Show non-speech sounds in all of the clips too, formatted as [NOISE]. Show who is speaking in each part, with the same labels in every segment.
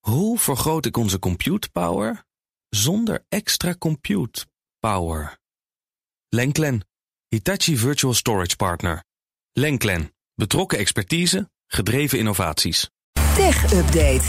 Speaker 1: hoe vergroot ik onze compute power zonder extra compute power? Lenklen, Hitachi Virtual Storage Partner. Lenklen, betrokken expertise, gedreven innovaties.
Speaker 2: Tech Update.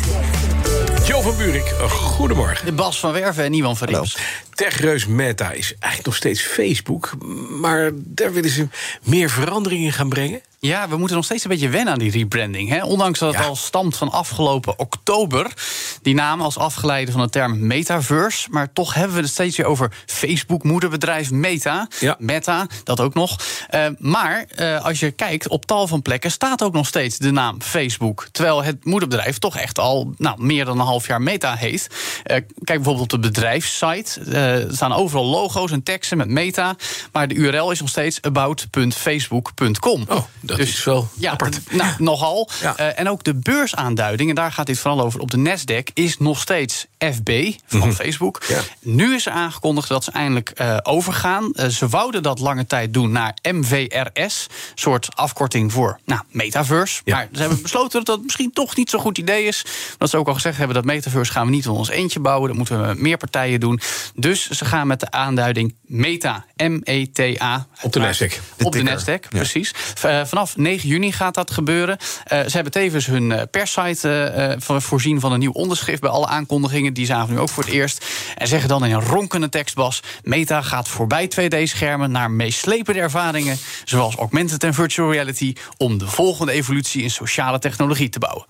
Speaker 3: Jo van Buurik, goedemorgen.
Speaker 4: De Bas van Werven en Iwan van Rips.
Speaker 3: Techreus Meta is eigenlijk nog steeds Facebook, maar daar willen ze meer verandering in gaan brengen.
Speaker 4: Ja, we moeten nog steeds een beetje wennen aan die rebranding. Hè? Ondanks dat het
Speaker 3: Ja.
Speaker 4: al stamt van afgelopen oktober. Die naam als afgeleide van de term metaverse. Maar toch hebben we het steeds weer over Facebook-moederbedrijf Meta.
Speaker 3: Ja.
Speaker 4: Meta, dat ook nog. Eh, maar eh, als je kijkt, op tal van plekken staat ook nog steeds de naam Facebook. Terwijl het moederbedrijf toch echt al nou, meer dan een half jaar Meta heet. Eh, kijk bijvoorbeeld op de bedrijfssite. eh, staan overal logo's en teksten met Meta. Maar de URL is nog steeds about.facebook.com.
Speaker 3: Oh, dat is wel
Speaker 4: Dus ja,
Speaker 3: apart.
Speaker 4: n- Nou, nogal.
Speaker 3: Ja.
Speaker 4: Eh, en ook de beursaanduiding, en daar gaat dit vooral over op de Nasdaq, is nog steeds FB van Facebook.
Speaker 3: Mhm. Ja.
Speaker 4: Nu is er aangekondigd dat ze eindelijk eh, overgaan. Eh, ze wouden dat lange tijd doen naar MVRS, soort afkorting voor nou, metaverse.
Speaker 3: Ja.
Speaker 4: Maar ze hebben besloten dat dat misschien toch niet zo'n goed idee is. Omdat ze ook al gezegd hebben dat metaverse gaan we niet in ons eentje bouwen. Dat moeten we met meer partijen doen. Dus ze gaan met de aanduiding Meta, E M-E-T-A.
Speaker 3: Op de
Speaker 4: uiteraard.
Speaker 3: Nasdaq.
Speaker 4: Op de
Speaker 5: ticker.
Speaker 4: Nasdaq, precies. V- eh, vanaf 9 juni gaat dat gebeuren. Eh, ze hebben tevens hun eh, perssite eh, eh, voor- voorzien van een nieuw onderschrift bij alle aankondigingen. Die zagen we nu ook voor het eerst. En zeggen dan in een ronkende tekstbas: Meta gaat voorbij 2D-schermen naar meeslepende ervaringen, zoals augmented en virtual reality, om de volgende evolutie in sociale technologie te bouwen.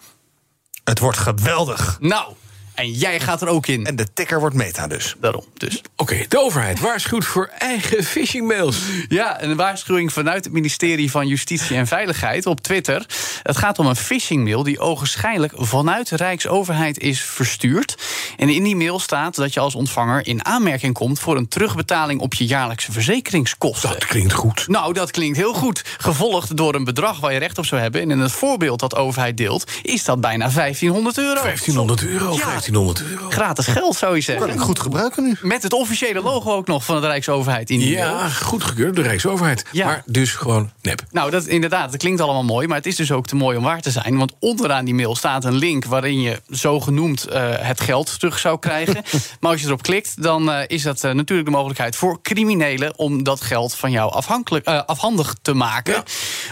Speaker 5: Het wordt geweldig.
Speaker 4: Nou, en jij gaat er ook in.
Speaker 5: En de ticker wordt meta dus.
Speaker 4: Daarom, dus.
Speaker 3: Oké, de overheid waarschuwt voor eigen phishing mails.
Speaker 4: Ja, een waarschuwing vanuit het ministerie van Justitie en Veiligheid op Twitter. Het gaat om een phishingmail die ogenschijnlijk vanuit de Rijksoverheid is verstuurd. En in die mail staat dat je als ontvanger in aanmerking komt voor een terugbetaling op je jaarlijkse verzekeringskosten.
Speaker 3: Dat klinkt goed.
Speaker 4: Nou, dat klinkt heel goed. Gevolgd door een bedrag waar je recht op zou hebben. En in het voorbeeld dat de overheid deelt, is dat bijna 1500 euro.
Speaker 3: 1500 euro, 1500 euro.
Speaker 4: Gratis geld, zou je
Speaker 5: Kan ik
Speaker 4: zeggen.
Speaker 5: goed gebruiken nu.
Speaker 4: Met het officiële logo ook nog van de Rijksoverheid in die mail.
Speaker 3: Ja, goedgekeurd door de Rijksoverheid.
Speaker 4: Ja.
Speaker 3: Maar dus gewoon nep.
Speaker 4: Nou, dat, inderdaad, dat klinkt allemaal mooi, maar het is dus ook te mooi om waar te zijn. Want onderaan die mail staat een link waarin je zogenoemd eh, het geld terug
Speaker 3: [LAUGHS]
Speaker 4: zou krijgen. maar als je erop klikt, dan eh, is dat eh, natuurlijk de mogelijkheid voor criminelen om dat geld van jou afhankelijk, eh, afhandig te maken.
Speaker 3: Ja.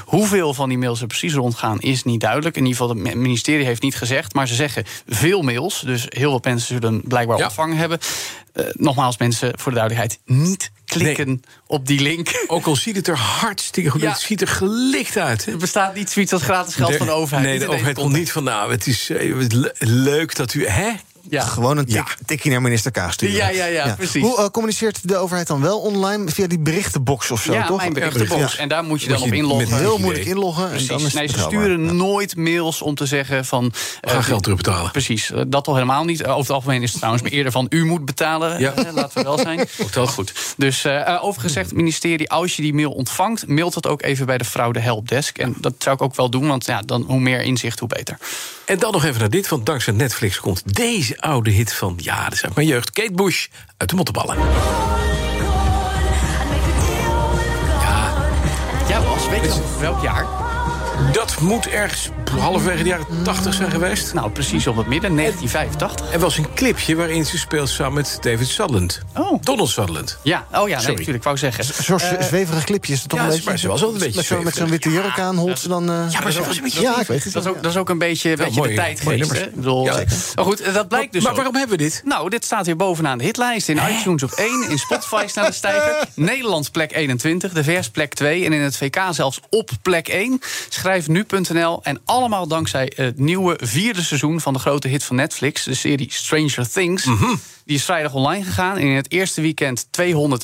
Speaker 4: Hoeveel van die mails er precies rondgaan, is niet duidelijk. In ieder geval, het ministerie heeft niet gezegd, maar ze zeggen veel mails. Dus heel veel mensen zullen blijkbaar
Speaker 3: Ja.
Speaker 4: ontvangen hebben. Eh, nogmaals, mensen, voor de duidelijkheid, niet klikken op die link.
Speaker 3: Ook al ziet het er hartstikke goed
Speaker 4: Ja.
Speaker 3: uit. Het ziet er gelicht uit. hè?
Speaker 4: Er bestaat niet zoiets als gratis geld
Speaker 3: De-
Speaker 4: van de overheid.
Speaker 3: Nee,
Speaker 4: Niet
Speaker 3: de
Speaker 4: in deze
Speaker 3: overheid komt
Speaker 4: context.
Speaker 3: niet van. Nou, het is eh, het le- leuk dat u. Hè?
Speaker 4: Ja.
Speaker 5: Gewoon een tik,
Speaker 3: Ja.
Speaker 5: tikje naar minister Kaag sturen.
Speaker 4: Ja, ja, ja, precies.
Speaker 5: Hoe eh, communiceert de overheid dan wel online? Via die berichtenbox of zo,
Speaker 4: ja,
Speaker 5: toch?
Speaker 4: mijn
Speaker 5: Ja.
Speaker 4: berichtenbox. En daar moet je dan
Speaker 3: Moet
Speaker 4: op
Speaker 3: je
Speaker 4: inloggen.
Speaker 3: met-
Speaker 5: Heel
Speaker 3: Idee.
Speaker 5: moeilijk inloggen.
Speaker 4: Precies.
Speaker 5: En dan is het
Speaker 4: nee, ze
Speaker 5: betrouwbaar.
Speaker 4: sturen
Speaker 5: Ja.
Speaker 4: nooit mails om te zeggen van...
Speaker 3: We gaan
Speaker 4: eh,
Speaker 3: geld terug betalen.
Speaker 4: Precies, eh, dat toch helemaal niet. Eh, Over het algemeen is het trouwens maar eerder van u moet betalen.
Speaker 3: Ja.
Speaker 4: Eh, Laten we wel zijn. Ook dat goed. Dus eh, eh, overigens zegt het ministerie, als je die mail ontvangt... mailt dat ook even bij de fraude helpdesk. En dat zou ik ook wel doen, want ja, dan, hoe meer inzicht, hoe beter.
Speaker 3: En dan nog even naar dit, want dankzij Netflix komt deze oude hit van. Ja, dat is uit mijn jeugd. Kate Bush uit de Motteballen.
Speaker 4: Ja, Bas, weet je nog welk jaar?
Speaker 3: Dat moet ergens halverwege de jaren 80 zijn geweest.
Speaker 4: Nou, precies op het midden, 1985.
Speaker 3: Er was een clipje waarin ze speelt samen met David Sutherland.
Speaker 4: Oh.
Speaker 3: Donald Sutherland.
Speaker 4: Ja, oh ja, nee,
Speaker 3: Sorry.
Speaker 4: natuurlijk, ik wou zeggen.
Speaker 5: Een soort zweverig clipje is het toch
Speaker 3: ja,
Speaker 5: een beetje?
Speaker 3: maar ze was wel een beetje
Speaker 5: Met zo'n met zo'n witte jurk aan holt ze dan... eh,
Speaker 3: Ja, maar ze was een beetje
Speaker 5: Ja, ik weet het.
Speaker 4: Dat is ook, dat is ook een beetje, een
Speaker 3: Wel
Speaker 4: beetje
Speaker 3: mooie-
Speaker 4: de tijd
Speaker 3: mooie
Speaker 4: geweest. hè?
Speaker 3: nummers.
Speaker 4: Ik bedoel,
Speaker 3: Ja,
Speaker 4: eh,
Speaker 3: zeker.
Speaker 4: maar goed, eh, dat blijkt dus
Speaker 3: maar
Speaker 4: ook.
Speaker 3: waarom hebben we dit?
Speaker 4: Nou, dit staat hier bovenaan de hitlijst. In iTunes op 1, in Spotify staan de
Speaker 3: [LAUGHS]
Speaker 4: stijger. Nederland plek 21, de vers plek 2... en in het VK zelfs op plek 1. Schrijf nu.nl en allemaal dankzij het nieuwe vierde seizoen... van de grote hit van Netflix, de serie Stranger Things...
Speaker 3: Mhm.
Speaker 4: Die is vrijdag online gegaan en in het eerste weekend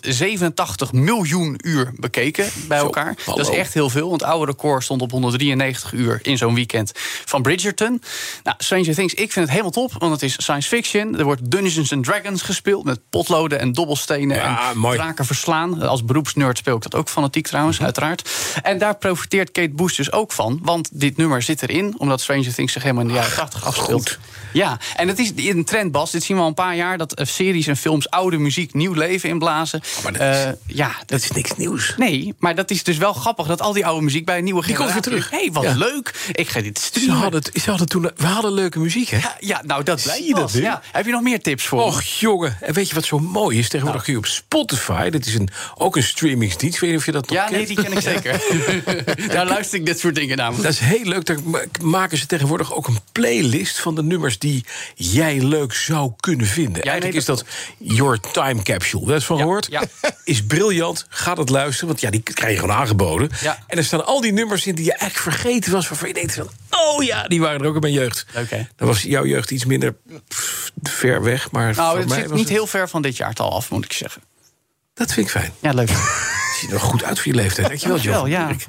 Speaker 4: 287 miljoen uur bekeken bij
Speaker 3: Zo,
Speaker 4: elkaar. Dat is
Speaker 3: hallo.
Speaker 4: echt echt heel veel. Want het oude record stond op 193 uur in zo'n weekend van Bridgerton. Nou, Stranger Things, ik vind het helemaal top, want het is science fiction. Er wordt Dungeons and Dragons gespeeld met potloden en dobbelstenen
Speaker 3: Ja,
Speaker 4: en
Speaker 3: mooi. Mhm.
Speaker 4: draken verslaan. Als beroepsnerd speel ik dat ook fanatiek trouwens, uiteraard. En daar profiteert Kate Bush dus ook ook van. Want dit nummer zit erin, omdat Stranger Things zich helemaal in de jaren 80 afspeelt. Ja, en het is een trend, Bas. Dit zien we al een paar jaar. Dat eh, series en films oude muziek nieuw leven inblazen.
Speaker 3: Oh, Maar dat is-
Speaker 4: Eh, ja,
Speaker 3: Dat is niks nieuws.
Speaker 4: Nee, maar dat is dus wel grappig dat al die oude muziek bij een nieuwe
Speaker 3: Die komt weer
Speaker 4: generatie-
Speaker 3: terug.
Speaker 4: hey, wat
Speaker 3: Ja.
Speaker 4: leuk. Ik ga dit
Speaker 3: Ze
Speaker 4: streamen.
Speaker 3: hadden, het- ze hadden toen, we hadden leuke muziek, hè?
Speaker 4: Ja, ja, nou dat blijkt
Speaker 3: je dat Oh,
Speaker 4: pas,
Speaker 3: nu?
Speaker 4: ja. Heb je nog meer tips voor? me?
Speaker 3: Och jongen, en weet je wat zo mooi is? Tegenwoordig
Speaker 4: Nou.
Speaker 3: kun je op Spotify, dat is een, ook een streamingsdienst, ik weet niet of je dat nog
Speaker 4: ja,
Speaker 3: kent.
Speaker 4: nee, die ken
Speaker 3: [LAUGHS]
Speaker 4: ik zeker. Daar luister ik dit soort dingen naar.
Speaker 3: Dat is heel leuk. Daar ma- maken ze tegenwoordig ook een playlist van de nummers die jij leuk zou kunnen vinden.
Speaker 4: Ja,
Speaker 3: Eigenlijk
Speaker 4: nee,
Speaker 3: is dat Your Time Capsule. Dat is van gehoord.
Speaker 4: ja.
Speaker 3: [LAUGHS] Is briljant. Ga dat luisteren, want ja, die krijg je gewoon aangeboden.
Speaker 4: Ja.
Speaker 3: En er staan al die nummers in die je eigenlijk vergeten was. Waarvan je denkt van, oh ja, die waren er ook in mijn jeugd.
Speaker 4: Leuk, hè?
Speaker 3: Dan was jouw jeugd iets minder pff, ver weg. Maar
Speaker 4: Nou,
Speaker 3: voor
Speaker 4: het
Speaker 3: mij
Speaker 4: zit
Speaker 3: was
Speaker 4: niet
Speaker 3: het-
Speaker 4: heel ver van dit jaartal af, moet ik zeggen.
Speaker 3: Dat vind ik fijn.
Speaker 4: Ja, leuk.
Speaker 3: Het ziet er wel goed uit voor je leeftijd. Dankjewel,
Speaker 4: Dankjewel,
Speaker 3: Johan.
Speaker 4: ja.
Speaker 3: Erik.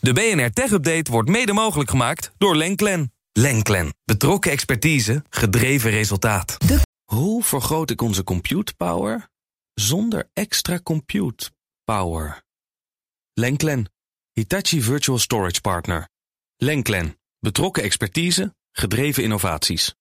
Speaker 1: De BNR Tech Update wordt mede mogelijk gemaakt door Lenklen. Lenklen. Betrokken expertise, gedreven resultaat. Hoe vergroot ik onze compute power zonder extra compute power? Lenklen. Hitachi Virtual Storage Partner. Lenklen. Betrokken expertise, gedreven innovaties.